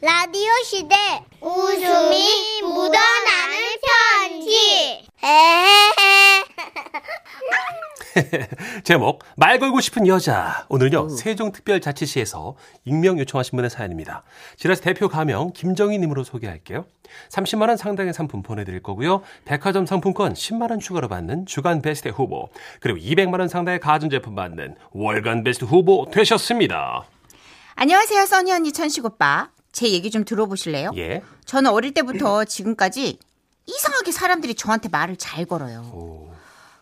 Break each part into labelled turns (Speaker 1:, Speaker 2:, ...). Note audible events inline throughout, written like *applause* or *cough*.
Speaker 1: 라디오 시대 웃음이 묻어나는 편지 에헤헤
Speaker 2: 제목 말 걸고 싶은 여자 오늘요 세종특별자치시에서 익명 요청하신 분의 사연입니다. 지라스 대표 가명 김정희님으로 소개할게요. 30만 원 상당의 상품 보내드릴 거고요. 백화점 상품권 10만 원 추가로 받는 주간 베스트 후보 그리고 200만 원 상당의 가전제품 받는 월간 베스트 후보 되셨습니다.
Speaker 3: 안녕하세요, 써니 언니 천식 오빠. 제 얘기 좀 들어보실래요?
Speaker 2: 예.
Speaker 3: 저는 어릴 때부터 지금까지 이상하게 사람들이 저한테 말을 잘 걸어요.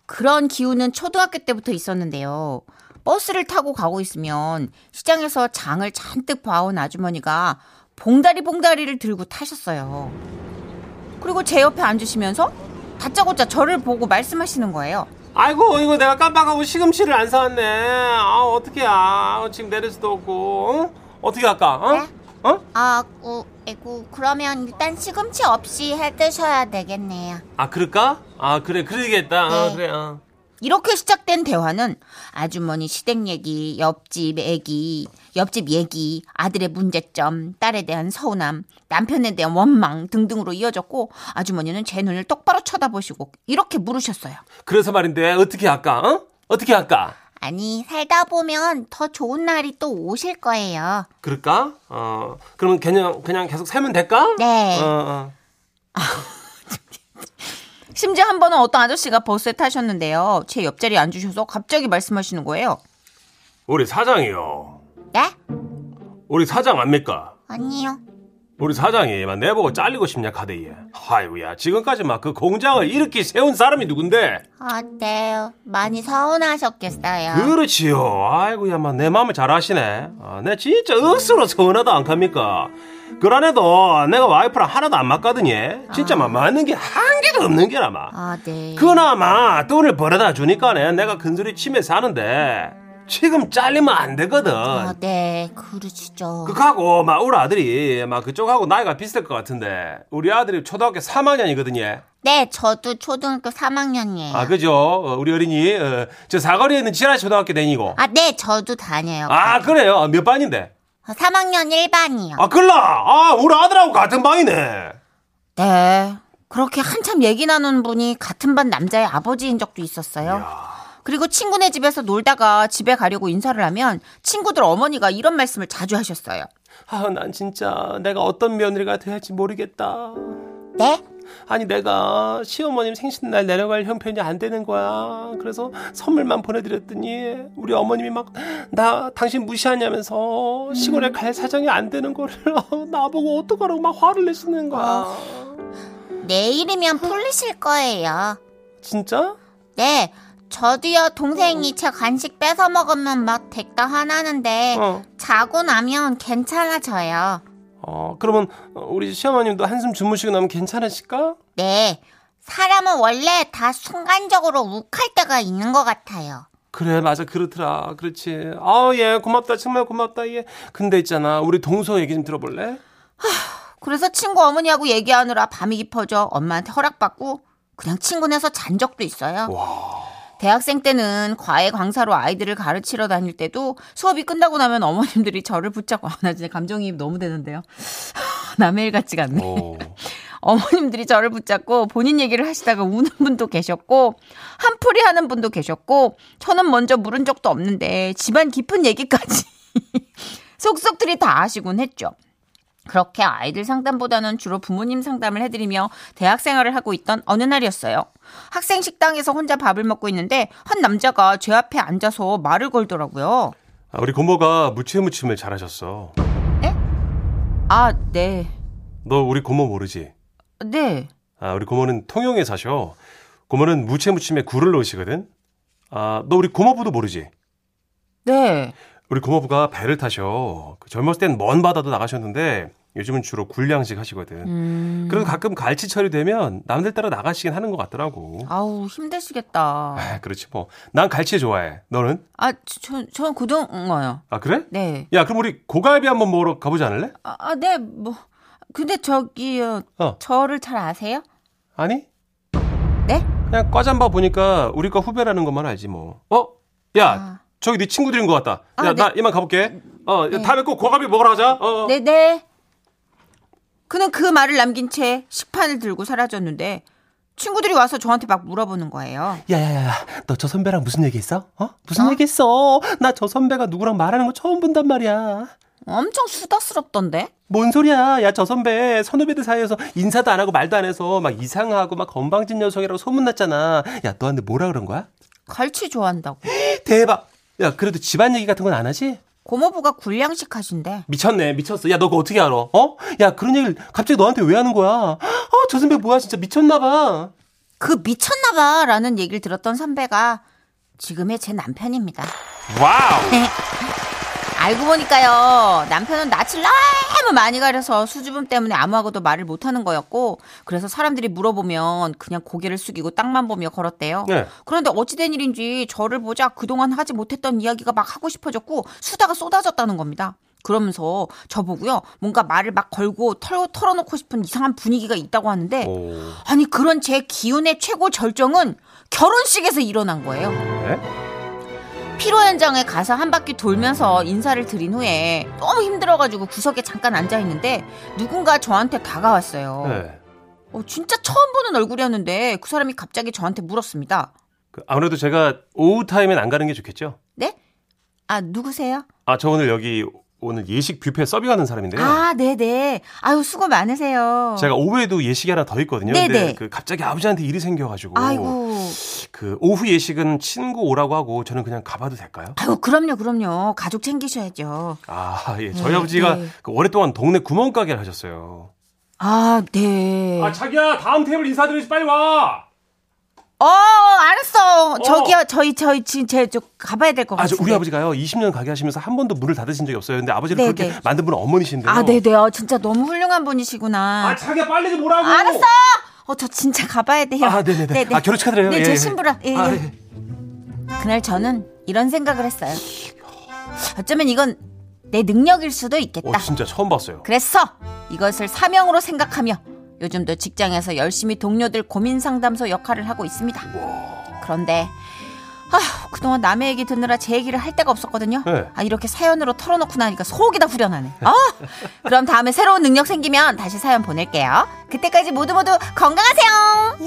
Speaker 3: 그런 기운은 초등학교 때부터 있었는데요. 버스를 타고 가고 있으면 시장에서 장을 잔뜩 봐온 아주머니가 봉다리 봉다리를 들고 타셨어요. 그리고 제 옆에 앉으시면서 다짜고짜 저를 보고 말씀하시는 거예요.
Speaker 2: 아이고 이거 내가 깜빡하고 시금치를 안 사왔네. 아 어떡해야 지금 내릴 수도 없고 어? 떻게 할까? 어? 어?
Speaker 1: 아구 에구 그러면 일단 시금치 없이 해 드셔야 되겠네요
Speaker 2: 아 그럴까? 아 그래 그러겠다. 아,
Speaker 1: 네.
Speaker 2: 그래. 아.
Speaker 3: 이렇게 시작된 대화는 아주머니 시댁 얘기, 옆집 얘기, 옆집 얘기, 아들의 문제점, 딸에 대한 서운함, 남편에 대한 원망 등등으로 이어졌고 아주머니는 제 눈을 똑바로 쳐다보시고 이렇게 물으셨어요.
Speaker 2: 그래서 말인데 어떻게 할까? 어? 어떻게 할까?
Speaker 1: 아니 살다 보면 더 좋은 날이 또 오실 거예요
Speaker 2: 그럴까? 어 그러면 그냥 그냥 계속 살면 될까?
Speaker 1: 네.
Speaker 2: 어, 어.
Speaker 3: 심지어 한 번은 어떤 아저씨가 버스에 타셨는데요. 제 옆자리에 앉으셔서 갑자기 말씀하시는 거예요.
Speaker 2: 우리 사장이요.
Speaker 1: 네?
Speaker 2: 우리 사장 압니까?
Speaker 1: 아니요
Speaker 2: 우리 사장이 막 내보고 잘리고 싶냐 카데이에. 아이고야 지금까지 막 그 공장을 이렇게 세운 사람이 누군데?
Speaker 1: 아 네. 많이 서운하셨겠어요
Speaker 2: 그렇지요. 아이고야 막 내 마음을 잘 아시네. 아, 내 진짜 억수로 서운하다 안 갑니까? 그란에도 내가 와이프랑 하나도 안 맞거든요. 진짜 막 맞는 게 한 개도 없는 게라마.
Speaker 1: 아네
Speaker 2: 예. 그나마 돈을 벌어다 주니까는 내가 근소리 치며 사는데 지금 잘리면 안 되거든.
Speaker 1: 아네 그러시죠
Speaker 2: 그하고 막 우리 아들이 막 그쪽하고 나이가 비슷할 것 같은데 우리 아들이 초등학교 3학년이거든요.
Speaker 1: 네 저도 초등학교 3학년이에요
Speaker 2: 아 그죠? 어, 우리 어린이 어, 저 사거리에 있는 지라 초등학교 다니고.
Speaker 1: 아, 네, 저도 다녀요. 어,
Speaker 2: 아 그래요? 아, 몇 반인데?
Speaker 1: 3학년 1반이요.
Speaker 2: 아 글라. 아 우리 아들하고 같은 반이네.
Speaker 3: 네. 그렇게 한참 얘기 나눈 분이 같은 반 남자의 아버지인 적도 있었어요. 그리고 친구네 집에서 놀다가 집에 가려고 인사를 하면 친구들 어머니가 이런 말씀을 자주 하셨어요.
Speaker 2: 아 난 진짜 내가 어떤 며느리가 돼야지 모르겠다.
Speaker 1: 네?
Speaker 2: 아니 내가 시어머님 생신날 내려갈 형편이 안 되는 거야. 그래서 선물만 보내드렸더니 우리 어머님이 막 나 당신 무시하냐면서 시골에 갈 사정이 안 되는 거를 *laughs* 어, 나보고 어떡하라고 막 화를 내시는 거야.
Speaker 1: 내일이면 풀리실 거예요.
Speaker 2: 진짜?
Speaker 1: 네, 저도요, 동생이 제 간식 뺏어 먹으면 막 댁다
Speaker 3: 네.
Speaker 1: 화나는데,
Speaker 2: 어.
Speaker 1: 자고 나면 괜찮아져요.
Speaker 2: 어 그러면 우리 시어머님도 한숨 주무시고 나면 괜찮으실까?
Speaker 1: 네, 사람은 원래 다 순간적으로 욱할 때가 있는 것 같아요.
Speaker 2: 그래 맞아 그렇더라 그렇지 아 예 고맙다 정말 고맙다 예 근데 있잖아 우리 동서 얘기 좀 들어볼래?
Speaker 3: 그래서 친구 어머니하고 얘기하느라 밤이 깊어져 엄마한테 허락받고 그냥 친구네서 잔 적도 있어요. 대학생 때는 과외 강사로 아이들을 가르치러 다닐 때도 수업이 끝나고 나면 어머님들이 저를 붙잡고 *laughs* 아, 나 진짜 감정이입 너무 되는데요. *laughs* 남의 일 같지가 않네. 어머님들이 저를 붙잡고 본인 얘기를 하시다가 우는 분도 계셨고 한풀이 하는 분도 계셨고 저는 먼저 물은 적도 없는데 집안 깊은 얘기까지 *laughs* 속속들이 다 아시곤 했죠. 그렇게 아이들 상담보다는 주로 부모님 상담을 해드리며 대학 생활을 하고 있던 어느 날이었어요. 학생 식당에서 혼자 밥을 먹고 있는데 한 남자가 제 앞에 앉아서 말을 걸더라고요.
Speaker 2: 아, 우리 고모가 무침무침을 잘하셨어
Speaker 3: 아, 네.
Speaker 2: 너 우리 고모 모르지?
Speaker 3: 네.
Speaker 2: 아, 우리 고모는 통영에 사셔. 고모는 무채무침에 굴을 넣으시거든. 아, 너 우리 고모부도 모르지?
Speaker 3: 네.
Speaker 2: 우리 고모부가 배를 타셔. 그 젊었을 땐 먼 바다도 나가셨는데 요즘은 주로 굴량식 하시거든. 그래도 가끔 갈치철이 되면 남들 따라 나가시긴 하는 것 같더라고.
Speaker 3: 아우, 힘드시겠다.
Speaker 2: 아, 그렇지 뭐. 난 갈치 좋아해. 너는?
Speaker 3: 아, 저, 저 고등어요.
Speaker 2: 아, 그래?
Speaker 3: 네.
Speaker 2: 야, 그럼 우리 고갈비 한번 먹으러 가보지 않을래?
Speaker 3: 아, 아, 네, 뭐. 근데 저기요,
Speaker 2: 어.
Speaker 3: 저를 잘 아세요?
Speaker 2: 아니?
Speaker 3: 네?
Speaker 2: 그냥 과잠바 보니까 우리 과 후배라는 것만 알지 뭐. 어? 야, 저기 네 친구들인 것 같다.
Speaker 3: 아,
Speaker 2: 야,
Speaker 3: 네.
Speaker 2: 나 이만 가볼게. 어, 다음에 꼭 고갑이 먹으러 가자. 어, 어.
Speaker 3: 네네. 그는 그 말을 남긴 채 식판을 들고 사라졌는데 친구들이 와서 저한테 막 물어보는 거예요.
Speaker 2: 야야야, 너 저 선배랑 무슨 얘기했어? 어? 무슨 얘기했어? 나 저 선배가 누구랑 말하는 거 처음 본단 말이야.
Speaker 3: 엄청 수다스럽던데?
Speaker 2: 뭔 소리야? 야 저 선배 선후배들 사이에서 인사도 안 하고 말도 안 해서 막 이상하고 막 건방진 녀석이라고 소문났잖아. 야 너한테 뭐라 그런 거야?
Speaker 3: 갈치 좋아한다고.
Speaker 2: 대박. 야 그래도 집안 얘기 같은 건 안 하지?
Speaker 3: 고모부가 굴량식 하신대.
Speaker 2: 미쳤네 미쳤어. 야 너 그거 어떻게 알아? 어? 야 그런 얘기를 갑자기 너한테 왜 하는 거야? 어저 선배 뭐야 진짜 미쳤나 봐.
Speaker 3: 그 미쳤나봐 라는 얘기를 들었던 선배가 지금의 제 남편입니다.
Speaker 2: 와우.
Speaker 3: 알고 보니까요 남편은 낯을 너무 많이 가려서 수줍음 때문에 아무하고도 말을 못하는 거였고 그래서 사람들이 물어보면 그냥 고개를 숙이고 땅만 보며 걸었대요.
Speaker 2: 네.
Speaker 3: 그런데 어찌된 일인지 저를 보자 그동안 하지 못했던 이야기가 막 하고 싶어졌고 수다가 쏟아졌다는 겁니다. 그러면서 저보고요 뭔가 말을 막 걸고 털, 털어놓고 싶은 이상한 분위기가 있다고 하는데
Speaker 2: 오.
Speaker 3: 아니 그런 제 기운의 최고 절정은 결혼식에서 일어난 거예요.
Speaker 2: 네?
Speaker 3: 피로 현장에 가서 한 바퀴 돌면서 인사를 드린 후에 너무 힘들어가지고 구석에 잠깐 앉아 있는데 누군가 저한테 다가왔어요.
Speaker 2: 네.
Speaker 3: 어, 진짜 처음 보는 얼굴이었는데 그 사람이 갑자기 저한테 물었습니다.
Speaker 2: 그 아무래도 제가 오후 타임엔 안 가는 게 좋겠죠?
Speaker 3: 네? 아 누구세요?
Speaker 2: 아 저 오늘 여기 오늘 예식 뷔페 서빙하는 사람인데요.
Speaker 3: 아 네네. 아유 수고 많으세요.
Speaker 2: 네. 제가 오후에도 예식이 하나 더 있거든요. 근데
Speaker 3: 네네.
Speaker 2: 그 갑자기 아버지한테 일이 생겨가지고
Speaker 3: 아이고.
Speaker 2: 그 오후 예식은 친구 오라고 하고 저는 그냥 가봐도 될까요?
Speaker 3: 아유 그럼요 그럼요. 가족 챙기셔야죠.
Speaker 2: 아 예, 저희
Speaker 3: 네,
Speaker 2: 아버지가
Speaker 3: 네.
Speaker 2: 그 오랫동안 동네 구멍가게를 하셨어요.
Speaker 3: 아 네.
Speaker 2: 자기야 다음 테이블 인사드리지 빨리 와.
Speaker 3: 어 알았어. 저기요 저희 저희 지금 제저 가봐야 될 것
Speaker 2: 아, 저
Speaker 3: 같은데.
Speaker 2: 우리 아버지가요 20년 가게 하시면서 한 번도 문을 닫으신 적이 없어요. 근데 아버지를
Speaker 3: 네,
Speaker 2: 그렇게
Speaker 3: 네.
Speaker 2: 만든 분은 어머니신데요.
Speaker 3: 아, 네네. 어, 진짜 너무 훌륭한 분이시구나.
Speaker 2: 아, 자기야 빨리 좀 오라고.
Speaker 3: 알았어! 어, 저 진짜 가봐야 돼요.
Speaker 2: 아 네네네.
Speaker 3: 네네.
Speaker 2: 아 결혼 축하드려요.
Speaker 3: 네,
Speaker 2: 예,
Speaker 3: 제
Speaker 2: 예.
Speaker 3: 신부라. 예,
Speaker 2: 아,
Speaker 3: 예.
Speaker 2: 예.
Speaker 3: 그날 저는 이런 생각을 했어요. 어쩌면 이건 내 능력일 수도 있겠다.
Speaker 2: 어 진짜 처음 봤어요.
Speaker 3: 그래서 이것을 사명으로 생각하며 요즘도 직장에서 열심히 동료들 고민 상담소 역할을 하고 있습니다. 그런데 아, 그동안 남의 얘기 듣느라 제 얘기를 할 데가 없었거든요.
Speaker 2: 네.
Speaker 3: 아, 이렇게 사연으로 털어놓고 나니까 속이 다 후련하네. 아, 그럼 다음에 새로운 능력 생기면 다시 사연 보낼게요. 그때까지 모두 모두 건강하세요.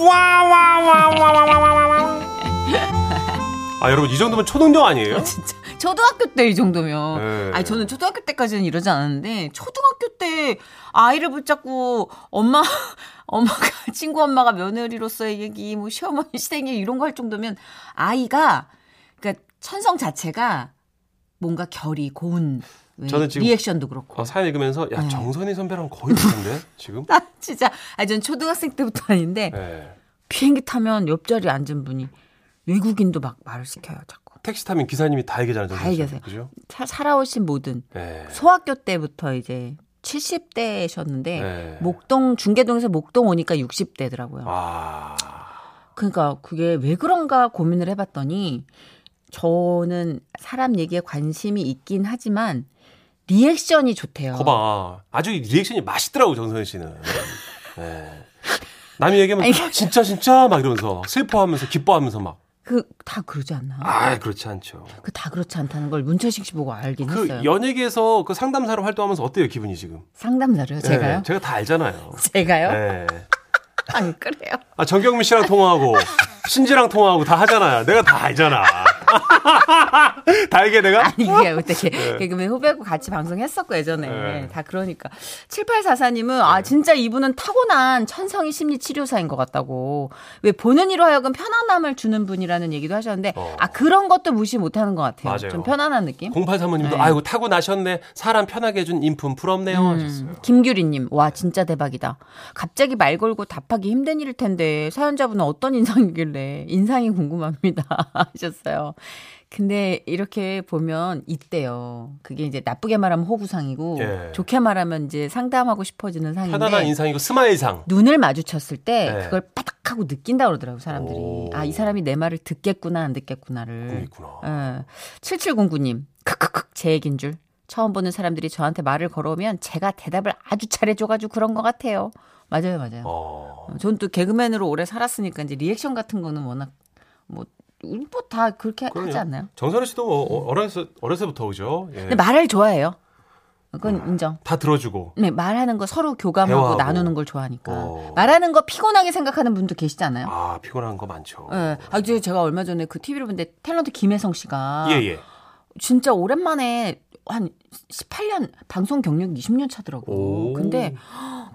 Speaker 2: 아 여러분 이 정도면 초능력 아니에요?
Speaker 3: 어, 진짜 초등학교 때 이 정도면.
Speaker 2: 네.
Speaker 3: 아니 저는 초등학교 때까지는 이러지 않았는데 초등학교 때 아이를 붙잡고 엄마 *laughs* 엄마가 친구 엄마가 며느리로서의 얘기 뭐 시어머니 시댁 얘기 이런 거 할 정도면 아이가 그러니까 천성 자체가 뭔가 결이 고운 왜
Speaker 2: 저는 지금-
Speaker 3: 리액션도 그렇고
Speaker 2: 어, 사연 읽으면서 야
Speaker 3: 음.
Speaker 2: 정선희 선배랑 거의 비슷한데 지금.
Speaker 3: *laughs* 나 진짜 아니 전 초등학생 때부터 아닌데
Speaker 2: 예.
Speaker 3: 비행기 타면 옆자리에 앉은 분이 외국인도 막 말을 시켜요 자꾸
Speaker 2: 택시 타면 기사님이 다 얘기잖아요.
Speaker 3: 다 얘기하세요.
Speaker 2: 그죠?
Speaker 3: 사- 살아오신 모든
Speaker 2: 예.
Speaker 3: 소학교 때부터 이제 70대셨는데
Speaker 2: 네.
Speaker 3: 목동 중계동에서 목동 오니까 60대더라고요.
Speaker 2: 아.
Speaker 3: 그러니까 그게 왜 그런가 고민을 해봤더니 저는 사람 얘기에 관심이 있긴 하지만 리액션이 좋대요.
Speaker 2: 거봐. 아주 리액션이 맛있더라고 정선희 씨는. 예. 남이 얘기하면
Speaker 3: 아니,
Speaker 2: 진짜 진짜 막 이러면서 슬퍼하면서 기뻐하면서 막.
Speaker 3: 그 다 그러지 않나?
Speaker 2: 아 그렇지 않죠.
Speaker 3: 그 다 그렇지 않다는 걸 문철식 씨 보고 알긴
Speaker 2: 그
Speaker 3: 했어요.
Speaker 2: 연예계에서 그 상담사로 활동하면서 어때요 기분이 지금?
Speaker 3: 상담사로요, 제가요? 어?
Speaker 2: 예, 제가 다 알잖아요.
Speaker 3: 제가요?
Speaker 2: 예.
Speaker 3: 안 그래요.
Speaker 2: 아 정경민 씨랑 통화하고 신지랑 통화하고 다 하잖아요. 내가 다 알잖아. *laughs* 다 이게 내가
Speaker 3: 아니, *laughs*
Speaker 2: *laughs*
Speaker 3: 이게 어떻게 개그맨 후배하고 같이 방송했었고 예전에
Speaker 2: 네.
Speaker 3: 다 그러니까 7844님은 아 진짜 이분은 타고난 천성이 심리 치료사인 것 같다고 왜 보는 이로 하여금 편안함을 주는 분이라는 얘기도 하셨는데
Speaker 2: 어.
Speaker 3: 아 그런 것도 무시 못하는 것 같아요.
Speaker 2: 맞아요.
Speaker 3: 좀 편안한 느낌.
Speaker 2: 08사모님도
Speaker 3: 네. 음.
Speaker 2: 아이고 타고 나셨네. 사람 편하게 해준 인품 부럽네요 하셨어요.
Speaker 3: 김규리님, 와, 진짜 대박이다. 갑자기 말 걸고 답하기 힘든 일일 텐데, 사연자분은 어떤 인상이길래, 인상이 궁금합니다. *laughs* 하셨어요. 근데 이렇게 보면 있대요. 그게 이제 나쁘게 말하면 호구상이고,
Speaker 2: 예.
Speaker 3: 좋게 말하면 이제 상담하고 싶어지는 상인데,
Speaker 2: 편안한 인상이고 스마일상.
Speaker 3: 눈을 마주쳤을 때,
Speaker 2: 네.
Speaker 3: 그걸 빠닥하고 느낀다 그러더라고, 사람들이.
Speaker 2: 오. 그러니까.
Speaker 3: 아, 이 사람이 내 말을 듣겠구나, 안
Speaker 2: 꿈이
Speaker 3: 듣겠구나를.
Speaker 2: 있구나.
Speaker 3: 예. 7709님, 크크크, 제 얘긴 줄. 처음 보는 사람들이 저한테 말을 걸어오면 제가 대답을 아주 잘해줘가지고 그런 것 같아요. 맞아요, 맞아요.
Speaker 2: 어.
Speaker 3: 전 또 개그맨으로 오래 살았으니까 이제 리액션 같은 거는 워낙 뭐, 뭐 다 그렇게
Speaker 2: 그럼요. 네.
Speaker 3: 하지 않나요?
Speaker 2: 어, 정선우 씨도 뭐 어- 어려서 어려서부터 오죠. 예.
Speaker 3: 근데 말을 좋아해요.
Speaker 4: 그건 인정.
Speaker 2: 다 들어주고.
Speaker 4: 네, 말하는 거 서로 교감하고
Speaker 2: 어. 대화하고.
Speaker 4: 나누는 걸 좋아하니까.
Speaker 2: 어.
Speaker 4: 말하는 거 피곤하게 생각하는 분도 계시잖아요.
Speaker 2: 아, 피곤한 거 많죠.
Speaker 4: 예. 아, 저 제가 얼마 전에 그 TV를 봤는데 탤런트 김혜성 씨가
Speaker 2: 예, 예.
Speaker 4: 진짜 오랜만에 한 18년 방송 경력 20년 차더라고.
Speaker 2: 오.
Speaker 4: 근데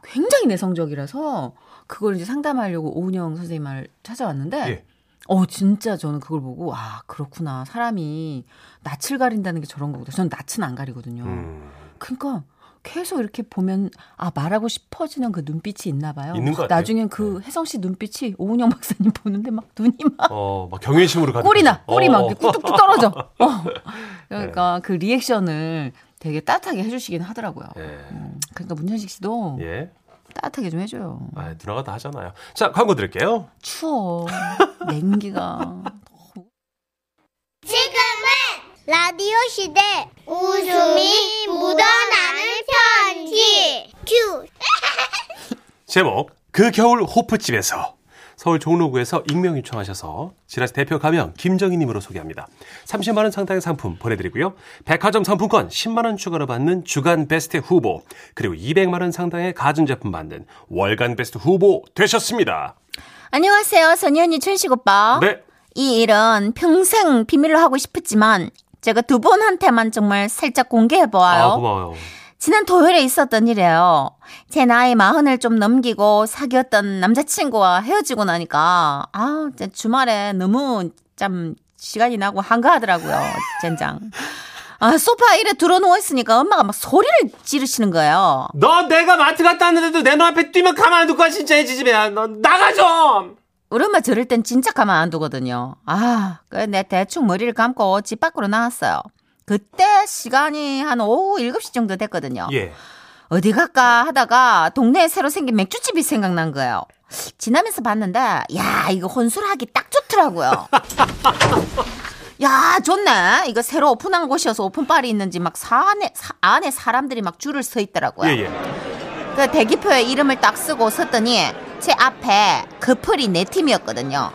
Speaker 4: 굉장히 내성적이라서 그걸 이제 상담하려고 오은영 선생님을 찾아왔는데
Speaker 2: 예.
Speaker 4: 어 진짜 저는 그걸 보고 아 그렇구나 사람이 낯을 가린다는 게 저런 거구나. 저는 낯은 안 가리거든요.
Speaker 2: 음.
Speaker 4: 그러니까 계속 이렇게 보면 아 말하고 싶어지는 그 눈빛이 있나 봐요.
Speaker 2: 있는 것 같아요. 네.
Speaker 4: 나중엔 그 혜성 씨 눈빛이 오은영 박사님 보는데 막 눈이 막
Speaker 2: 어, 막 경외심으로 가득
Speaker 4: 꼴이나 그
Speaker 2: 차죠.
Speaker 4: 꼴이 막
Speaker 2: 어, 네.
Speaker 4: 이렇게 뚝뚝뚝
Speaker 2: *laughs*
Speaker 4: 떨어져. 어. 그러니까 그 리액션을 되게 따뜻하게 해주시긴 하더라고요.
Speaker 2: 예.
Speaker 4: 음, 그러니까 문현식 씨도
Speaker 2: 예.
Speaker 4: 따뜻하게 좀 해줘요.
Speaker 2: 아, 누나가 다 하잖아요. 자, 광고 드릴게요. *laughs*
Speaker 4: 추워 냉기가
Speaker 1: 라디오 시대 웃음이 묻어나는 편지 큐
Speaker 2: 제목 그 겨울 호프집에서 서울 종로구에서 익명 요청하셔서 지라스 대표 가명 김정희님으로 소개합니다. 30만 원 상당의 상품 보내드리고요. 백화점 상품권 10만 원 추가로 받는 주간 베스트 후보 그리고 200만 원 상당의 가전제품 받는 월간 베스트 후보 되셨습니다.
Speaker 3: 안녕하세요, 선현이 춘식 오빠.
Speaker 2: 네.
Speaker 3: 이 일은 평생 비밀로 하고 싶었지만 제가 두 분한테만 정말 살짝 공개해보아요.
Speaker 2: 아 고마워요.
Speaker 3: 지난 토요일에 있었던 일이에요. 제 나이 마흔을 좀 넘기고 사귀었던 남자친구와 헤어지고 나니까 아 진짜 주말에 너무 참 시간이 나고 한가하더라고요. 젠장. 아 소파 이래 들어 누워 있으니까 엄마가 막 소리를 지르시는 거예요.
Speaker 2: 너 내가 마트 갔다 왔는데도 내 눈앞에 뛰면 가만 안 둘 거야 진짜 이 지집애야. 너 나가 좀.
Speaker 3: 우리 엄마 저럴 땐 진짜 가만 안 두거든요. 아, 그래 내 대충 머리를 감고 집 밖으로 나왔어요. 그때 시간이 한 오후 7시 정도 됐거든요.
Speaker 2: 예.
Speaker 3: 어디 갈까 하다가 동네에 새로 생긴 맥주집이 생각난 거예요. 지나면서 봤는데, 야, 이거 혼술하기 딱 좋더라고요. 야, 좋네. 이거 새로 오픈한 곳이어서 오픈빨이 있는지 막 사 안에, 사- 안에 사람들이 막 줄을 서 있더라고요.
Speaker 2: 예 예.
Speaker 3: 그 대기표에 이름을 딱 쓰고 섰더니 제 앞에 커플이 네 팀이었거든요.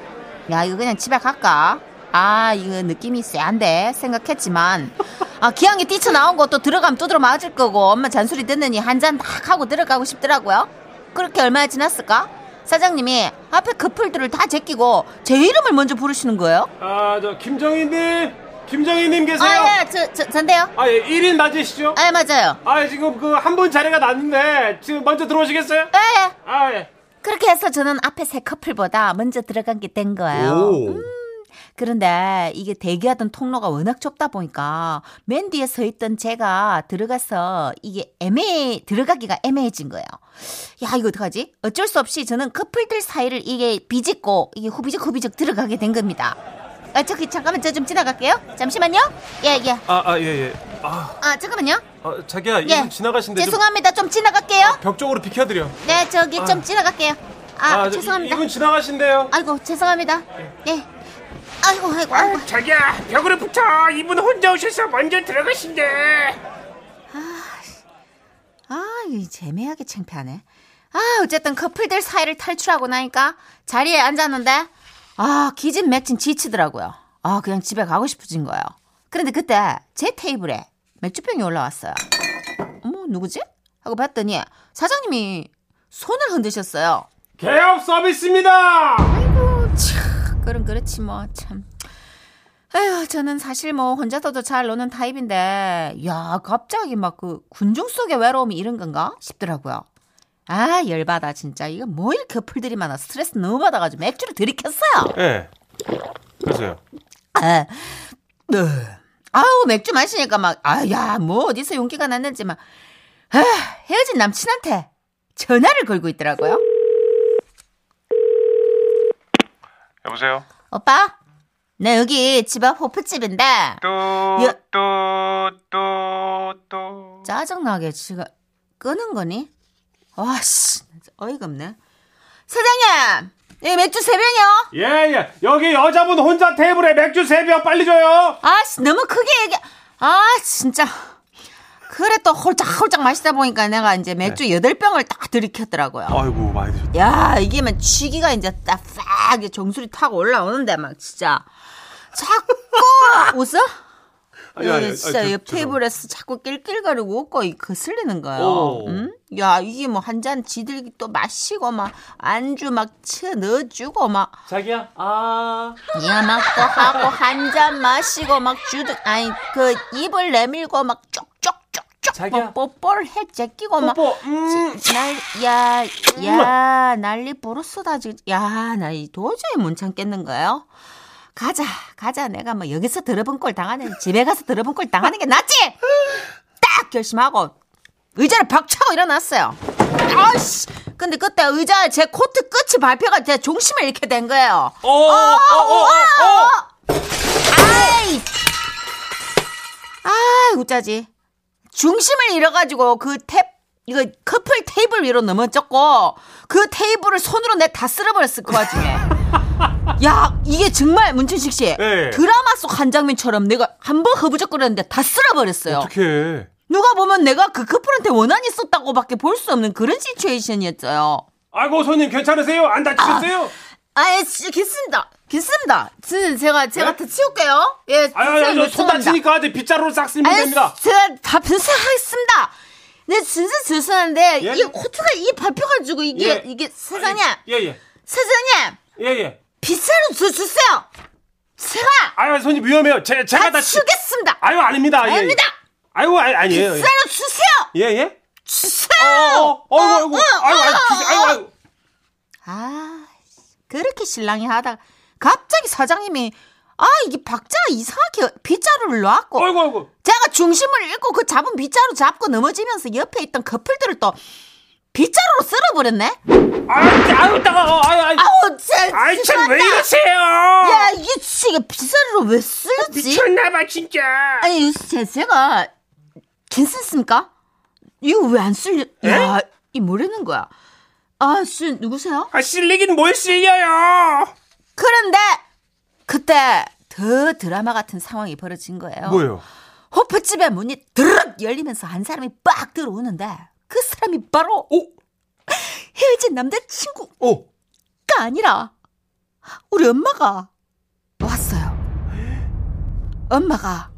Speaker 3: 야 이거 그냥 집에 갈까? 아 이거 느낌이 쎄한데 생각했지만 아 기왕에 뛰쳐나온 것도 들어가면 두드러 맞을 거고 엄마 잔소리 듣느니 한 잔 딱 하고 들어가고 싶더라고요. 그렇게 얼마나 지났을까? 사장님이 앞에 커플들을 다 제끼고 제 이름을 먼저 부르시는 거예요.
Speaker 2: 아 저 김정희님, 김정희님
Speaker 3: 아 예, 저, 저, 전데요?
Speaker 2: 아, 예, 1인 맞으시죠?
Speaker 3: 아 맞아요.
Speaker 2: 아, 지금 그 한 분 자리가 났는데, 지금 먼저 들어오시겠어요?
Speaker 3: 예, 예.
Speaker 2: 아, 예.
Speaker 3: 그렇게 해서 저는 앞에 세 커플보다 먼저 들어간 게 된 거예요. 그런데 이게 대기하던 통로가 워낙 좁다 보니까 맨 뒤에 서 있던 제가 들어가서 이게 애매 들어가기가 애매해진 거예요. 야 이거 어떡하지? 어쩔 수 없이 저는 커플들 사이를 이게 비집고 이게 후비적 후비적 들어가게 된 겁니다. 아 저기 잠깐만 저 좀 지나갈게요. 잠시만요. 예예.
Speaker 2: 아, 아, 예, 예. 아,
Speaker 3: 아 잠깐만요.
Speaker 2: 아, 자기야,
Speaker 3: 예.
Speaker 2: 이분 지나가신데 좀
Speaker 3: 죄송합니다. 좀 지나갈게요.
Speaker 2: 벽 쪽으로 비켜드려.
Speaker 3: 네 저기
Speaker 2: 아.
Speaker 3: 좀 지나갈게요. 아,
Speaker 2: 저, 이-
Speaker 3: 죄송합니다.
Speaker 2: 이분 지나가신대요.
Speaker 3: 아이고 죄송합니다. 예. 아이고 아이고 아이고.
Speaker 5: 자기야 벽으로 붙어 이분 혼자 오셔서 먼저 들어가신대
Speaker 3: 아, 이 재미하게 창피하네. 아, 어쨌든 커플들 사이를 탈출하고 나니까 자리에 앉았는데, 아, 기진맥진 지치더라고요. 아, 그냥 집에 가고 싶어진 거예요. 그런데 그때 제 테이블에 맥주병이 올라왔어요. 어머, 누구지? 하고 봤더니 사장님이 손을 흔드셨어요.
Speaker 2: 개업 서비스입니다!
Speaker 3: 참, 그럼 그렇지 뭐 참. 에휴, 저는 사실 뭐 혼자서도 잘 노는 타입인데, 야 갑자기 막 그 군중 속의 외로움이 이런 건가 싶더라고요. 아 열받아 진짜 이거 뭐 이렇게 커플들이 많아 스트레스 너무 받아가지고 맥주를 들이켰어요.
Speaker 2: 예. 그러세요.
Speaker 3: 아, 으, 아우 맥주 마시니까 막 아야 뭐 어디서 용기가 났는지 막 아, 헤어진 남친한테 전화를 걸고 있더라고요.
Speaker 5: 여보세요
Speaker 3: 오빠, 나 여기 집 앞 호프집인데 야.
Speaker 5: 또또또또
Speaker 3: 짜증나게 지금 끄는 거니? 아, 와씨 어이가 없네 사장님 이 맥주 세 병이요
Speaker 2: 예, 예. 여기 여자분 혼자 테이블에 맥주 세병 빨리 줘요!
Speaker 3: 아씨 너무 크게 얘기 아 진짜 그래 또 홀짝홀짝 마시다 보니까 내가 이제
Speaker 2: 네.
Speaker 3: 맥주 여덟 병을 딱 들이켰더라고요
Speaker 2: 아이고, 많이 드셨다.
Speaker 3: 야 이게 막 취기가 이제
Speaker 2: *laughs*
Speaker 3: 딱싹 정수리 타고 올라오는데 막 진짜 자꾸 웃어?
Speaker 2: 아니, 아니,
Speaker 3: 야,
Speaker 2: 아니,
Speaker 3: 예, 진짜
Speaker 2: 저-
Speaker 3: 옆
Speaker 2: 죄송-
Speaker 3: 테이블에서 자꾸 낄낄거리고 웃고 이- 그 거슬리는 거예요.
Speaker 2: 오.
Speaker 3: 응? 야 이게 뭐 한 잔 지들기 또 마시고 막 안주 막쳐 넣어주고 막
Speaker 2: 자기야, 아.
Speaker 3: 야막도 하고 한 잔 마시고 막 주둥 아니 그 입을 내밀고 막 쪽쪽쪽쪽
Speaker 2: 자기야.
Speaker 3: 막 뽀뽀를 해 제끼고 막
Speaker 2: 뽀뽀, 음.
Speaker 3: 날야 야 난리 보르스다 지금 야나 이 도저히 못 참겠는 거예요. 가자 가자 내가 뭐 여기서 들어본 꼴 당하는 집에 가서 들어본 꼴 당하는 게 낫지. 딱 결심하고 의자를 박차고 일어났어요. 아씨 근데 그때 의자 제 코트 끝이 밟혀가 제 중심을 잃게 된 거예요.
Speaker 2: 어, 어, 어, 어, 어.
Speaker 3: 아이 아이 웃자지 중심을 잃어가지고 그 탭 이거 커플 테이블 위로 넘어졌고 그 테이블을 손으로 내 다 쓸어버렸을 그 와중에
Speaker 2: *laughs*
Speaker 3: 야 이게 정말 문춘식 씨
Speaker 2: 네.
Speaker 3: 드라마 속 한 장면처럼 내가 한 번 허부적거렸는데 다 쓸어버렸어요
Speaker 2: 어떡해.
Speaker 3: 누가 보면 내가 그 커플한테 원한이 있었다고밖에 볼 수 없는 그런 시츄에이션이었어요
Speaker 2: 아이고, 손님 괜찮으세요? 안 다치셨어요?
Speaker 3: 아예 괜습니다 괜습니다 진 제가 제가 다 치울게요 예
Speaker 2: 네? 아, 유 아유, 손 다치니까 이제 빗자루로 싹 쓰면
Speaker 3: 아니,
Speaker 2: 됩니다.
Speaker 3: 제가 다 변사하겠습니다. 네, 진짜 죄송한데
Speaker 2: 예?
Speaker 3: 이 코트가 이 밟혀가지고 이게
Speaker 2: 예.
Speaker 3: 이게 사장님,
Speaker 2: 예, 예.
Speaker 3: 사장님
Speaker 2: 예, 예.
Speaker 3: 비싸로 주 주세요. 제가
Speaker 2: 아유, 손님 위험해요. 제, 제가
Speaker 3: 다
Speaker 2: 다치.
Speaker 3: 치우겠습니다.
Speaker 2: 아유, 아닙니다. 예, 예.
Speaker 3: 아닙니다.
Speaker 2: 아이고, 아니, 아니에요. 예.
Speaker 3: 비싸로 주세요.
Speaker 2: 예, 예.
Speaker 3: 주세요.
Speaker 2: 어, 어, 아이고, 아이고, 아이고, 아이고, 주세- 아이고, 아이고.
Speaker 3: 아 그렇게 신랑이 하다가 갑자기 사장님이 아 이게 박자가 이상하게 빗자루를 놨고
Speaker 2: 아이고, 아이고.
Speaker 3: 제가 중심을 잃고 그 잡은 빗자루 잡고 넘어지면서 옆에 있던 커플들을 또 빗자루로 쓸어버렸네.
Speaker 2: 아유, 아유, 따가워. 아유, 아유.
Speaker 3: 아우 제
Speaker 5: 아이 참 왜
Speaker 3: 죄송합니다.
Speaker 5: 이러세요?
Speaker 3: 야 이게 진짜 비싸리로 왜 쓰지?
Speaker 5: 미쳤나봐 진짜.
Speaker 3: 아니 제 제가 괜찮습니까? 이거 왜 안 쓸려?
Speaker 5: 예?
Speaker 3: 야이 뭐라는 거야? 아씨 누구세요?
Speaker 5: 아 쓸리긴 뭘 쓸려요?
Speaker 3: 그런데 그때 더 드라마 같은 상황이 벌어진 거예요.
Speaker 2: 뭐예요?
Speaker 3: 호프집의 문이 드르륵 열리면서 한 사람이 빡 들어오는데 그 사람이 바로
Speaker 5: 어?
Speaker 2: 오,
Speaker 3: 헤어진 남자친구
Speaker 2: 오.
Speaker 3: 가 아니라 우리 엄마가 왔어요. 엄마가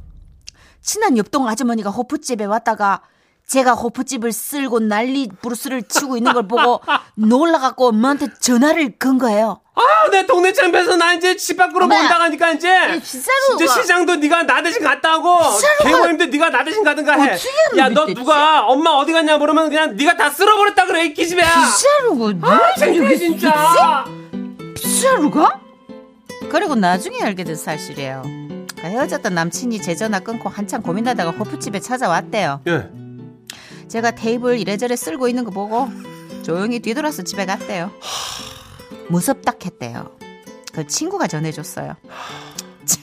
Speaker 3: 친한 옆동 아주머니가 호프집에 왔다가 제가 호프집을 쓸고 난리 부르스를 치고 있는 걸 보고 *laughs* 놀라갖고 엄마한테 전화를 건 거예요.
Speaker 2: 아, 내 동네 창피해서 나 이제 집 밖으로
Speaker 3: 엄마.
Speaker 2: 못 나가니까 이제.
Speaker 3: 진짜로
Speaker 2: 이제 시장도 네가 나 대신 갔다 하고 개모임도 네가 나 대신 가든가 해.
Speaker 3: 어떻게 하면
Speaker 2: 야, 너
Speaker 3: 믿겠지?
Speaker 2: 누가 엄마 어디 갔냐 물으면 그냥 네가 다 쓸어버렸다 그래 이 기집애야.
Speaker 3: 진짜로고
Speaker 2: 아, 창피해 진짜.
Speaker 3: 네? 진짜로가? 그리고 나중에 알게 된 사실이에요. 그 헤어졌던 남친이 제 전화 끊고 한참 고민하다가 호프집에 찾아왔대요.
Speaker 2: 예.
Speaker 3: 제가 테이블 이래저래 쓸고 있는 거 보고 조용히 뒤돌아서 집에 갔대요. 무섭다 했대요. 그 친구가 전해줬어요. 치,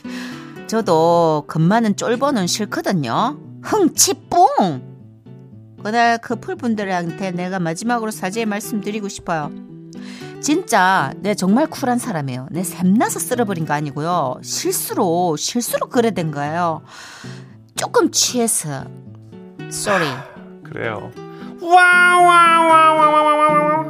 Speaker 3: 저도 금마는 쫄보는 싫거든요. 흥치뿡! 그날 커플분들한테 내가 마지막으로 사죄의 말씀드리고 싶어요. 진짜 내 정말 쿨한 사람이에요. 내 샘나서 쓸어버린 거 아니고요. 실수로 실수로 그래 된 거예요. 조금 취해서 sorry.
Speaker 2: 그래요.
Speaker 5: 와와와와와와와.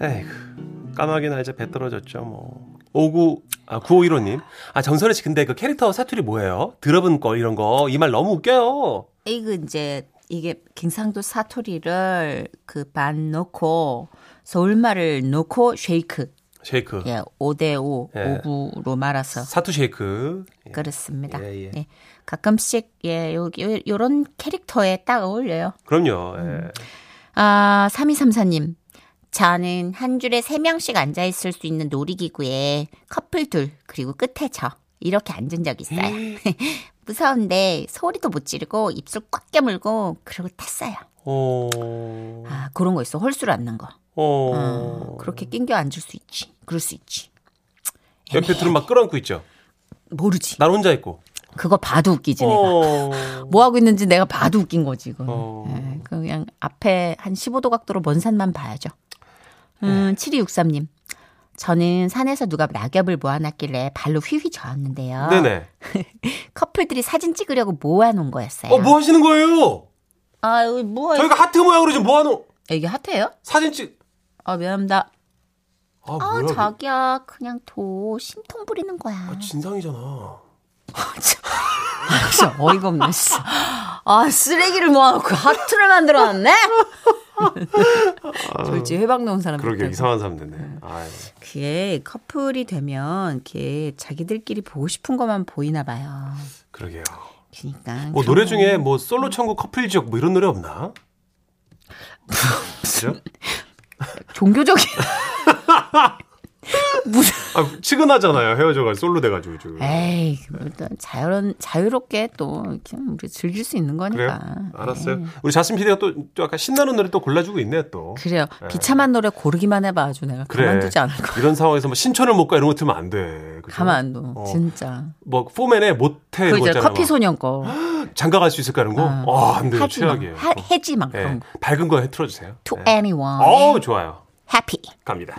Speaker 2: 에이구. 까마귀 날자 배 떨어졌죠 뭐. 59 아, 9515님. 아, 정선혜 씨, 근데 그 캐릭터 사투리 뭐예요? 들어본 거, 이런 거. 이 말 너무 웃겨요.
Speaker 3: 이거 이제 이게 경상도 사투리를 그 반 넣고 서울말을 넣고 쉐이크
Speaker 2: 쉐이크.
Speaker 3: 예, 5대5
Speaker 2: 예.
Speaker 3: 5구로 말아서
Speaker 2: 사투 쉐이크. 예.
Speaker 3: 그렇습니다.
Speaker 2: 예, 예.
Speaker 3: 가끔씩 예, 요, 요, 요런 캐릭터에 딱 어울려요.
Speaker 2: 그럼요. 예.
Speaker 3: 음. 아, 3234님. 저는 한 줄에 3명씩 앉아있을 수 있는 놀이기구에 커플 둘, 그리고 끝에 저. 이렇게 앉은 적 있어요.
Speaker 2: 예.
Speaker 3: *laughs* 무서운데 소리도 못 지르고 입술 꽉 깨물고 그러고 탔어요.
Speaker 2: 어,
Speaker 3: 아, 그런 거 있어. 홀수로 앉는 거.
Speaker 2: 어.
Speaker 3: 어, 그렇게 낑겨 앉을 수 있지. 그럴 수 있지.
Speaker 2: 옆에 들은 막 끌어안고 있죠.
Speaker 3: 모르지.
Speaker 2: 난 혼자 있고.
Speaker 3: 그거 봐도 웃기지 내가.
Speaker 2: 어.
Speaker 3: 뭐 하고 있는지 내가 봐도 웃긴 거지 이거.
Speaker 2: 어.
Speaker 3: 예, 그냥 앞에 한 15도 각도로 먼 산만 봐야죠.
Speaker 2: 네.
Speaker 3: 음, 7263님. 저는 산에서 누가 낙엽을 모아놨길래 발로 휘휘 저었는데요.
Speaker 2: 네네.
Speaker 3: 커플들이 사진 찍으려고 모아놓은 네. 거였어요.
Speaker 2: 어, 뭐 하시는 거예요?
Speaker 3: 아유, 뭐.
Speaker 2: 저희가 하트 모양으로 지금 뭐하노?
Speaker 3: 이게 핫해요?
Speaker 2: 사진 찍.
Speaker 3: 아, 미안합니다.
Speaker 2: 아,
Speaker 3: 아,
Speaker 2: 뭐야. 아,
Speaker 3: 자기야. 그냥 도, 심통 부리는 거야.
Speaker 2: 진상이잖아.
Speaker 3: 아, 진짜 어이가 없네, 진짜. 아, 쓰레기를 모아놓고 하트를 만들어놨네? 졸지 해방 놓은 사람.
Speaker 2: 그러게
Speaker 3: 같아요.
Speaker 2: 이상한 사람 됐네. 아유. 예.
Speaker 3: 그게 커플이 되면 이렇게 자기들끼리 보고 싶은 것만 보이나 봐요.
Speaker 2: 그러게요.
Speaker 3: 그러니까.
Speaker 2: 뭐 노래 중에 뭐 솔로 천국 커플 지역 뭐 이런
Speaker 3: *laughs*
Speaker 2: 노래 없나? 그죠?
Speaker 3: 종교적인. *laughs* 무슨.
Speaker 2: 아, 치근하잖아요. 헤어져가지고 솔로 돼가지고 지금.
Speaker 3: 에이, 일단 자유로, 자유롭게 또 이렇게 우리 즐길 수 있는
Speaker 2: 그래요? 아,
Speaker 3: 거니까. 음.
Speaker 2: 알았어요. 우리 자스민 PD가 또, 또 약간 신나는 노래 또 골라주고 있네 또.
Speaker 3: 그래요. 비참한 노래 고르기만 해봐 아주 내가
Speaker 2: 그래.
Speaker 3: 가만두지 않을 거야.
Speaker 2: 이런 상황에서 뭐 신촌을 못 가 이런 거 틀면 안 돼. 그죠?
Speaker 3: 가만 안 둬.
Speaker 2: 어.
Speaker 3: 진짜.
Speaker 2: 뭐 포맨의 모텔 뭐
Speaker 3: 그죠
Speaker 2: 있잖아요.
Speaker 3: 커피 소년 거.
Speaker 2: 장가 갈 수 있을까 이런 거?
Speaker 3: 어.
Speaker 2: 아, 안 돼요.
Speaker 3: 하지 마.
Speaker 2: 최악이에요.
Speaker 3: 하- 해지 마
Speaker 2: 예,
Speaker 3: 그런 거.
Speaker 2: 밝은 거 틀어주세요.
Speaker 3: To
Speaker 2: 예.
Speaker 3: anyone.
Speaker 2: 어우, 좋아요.
Speaker 3: Happy.
Speaker 2: 갑니다.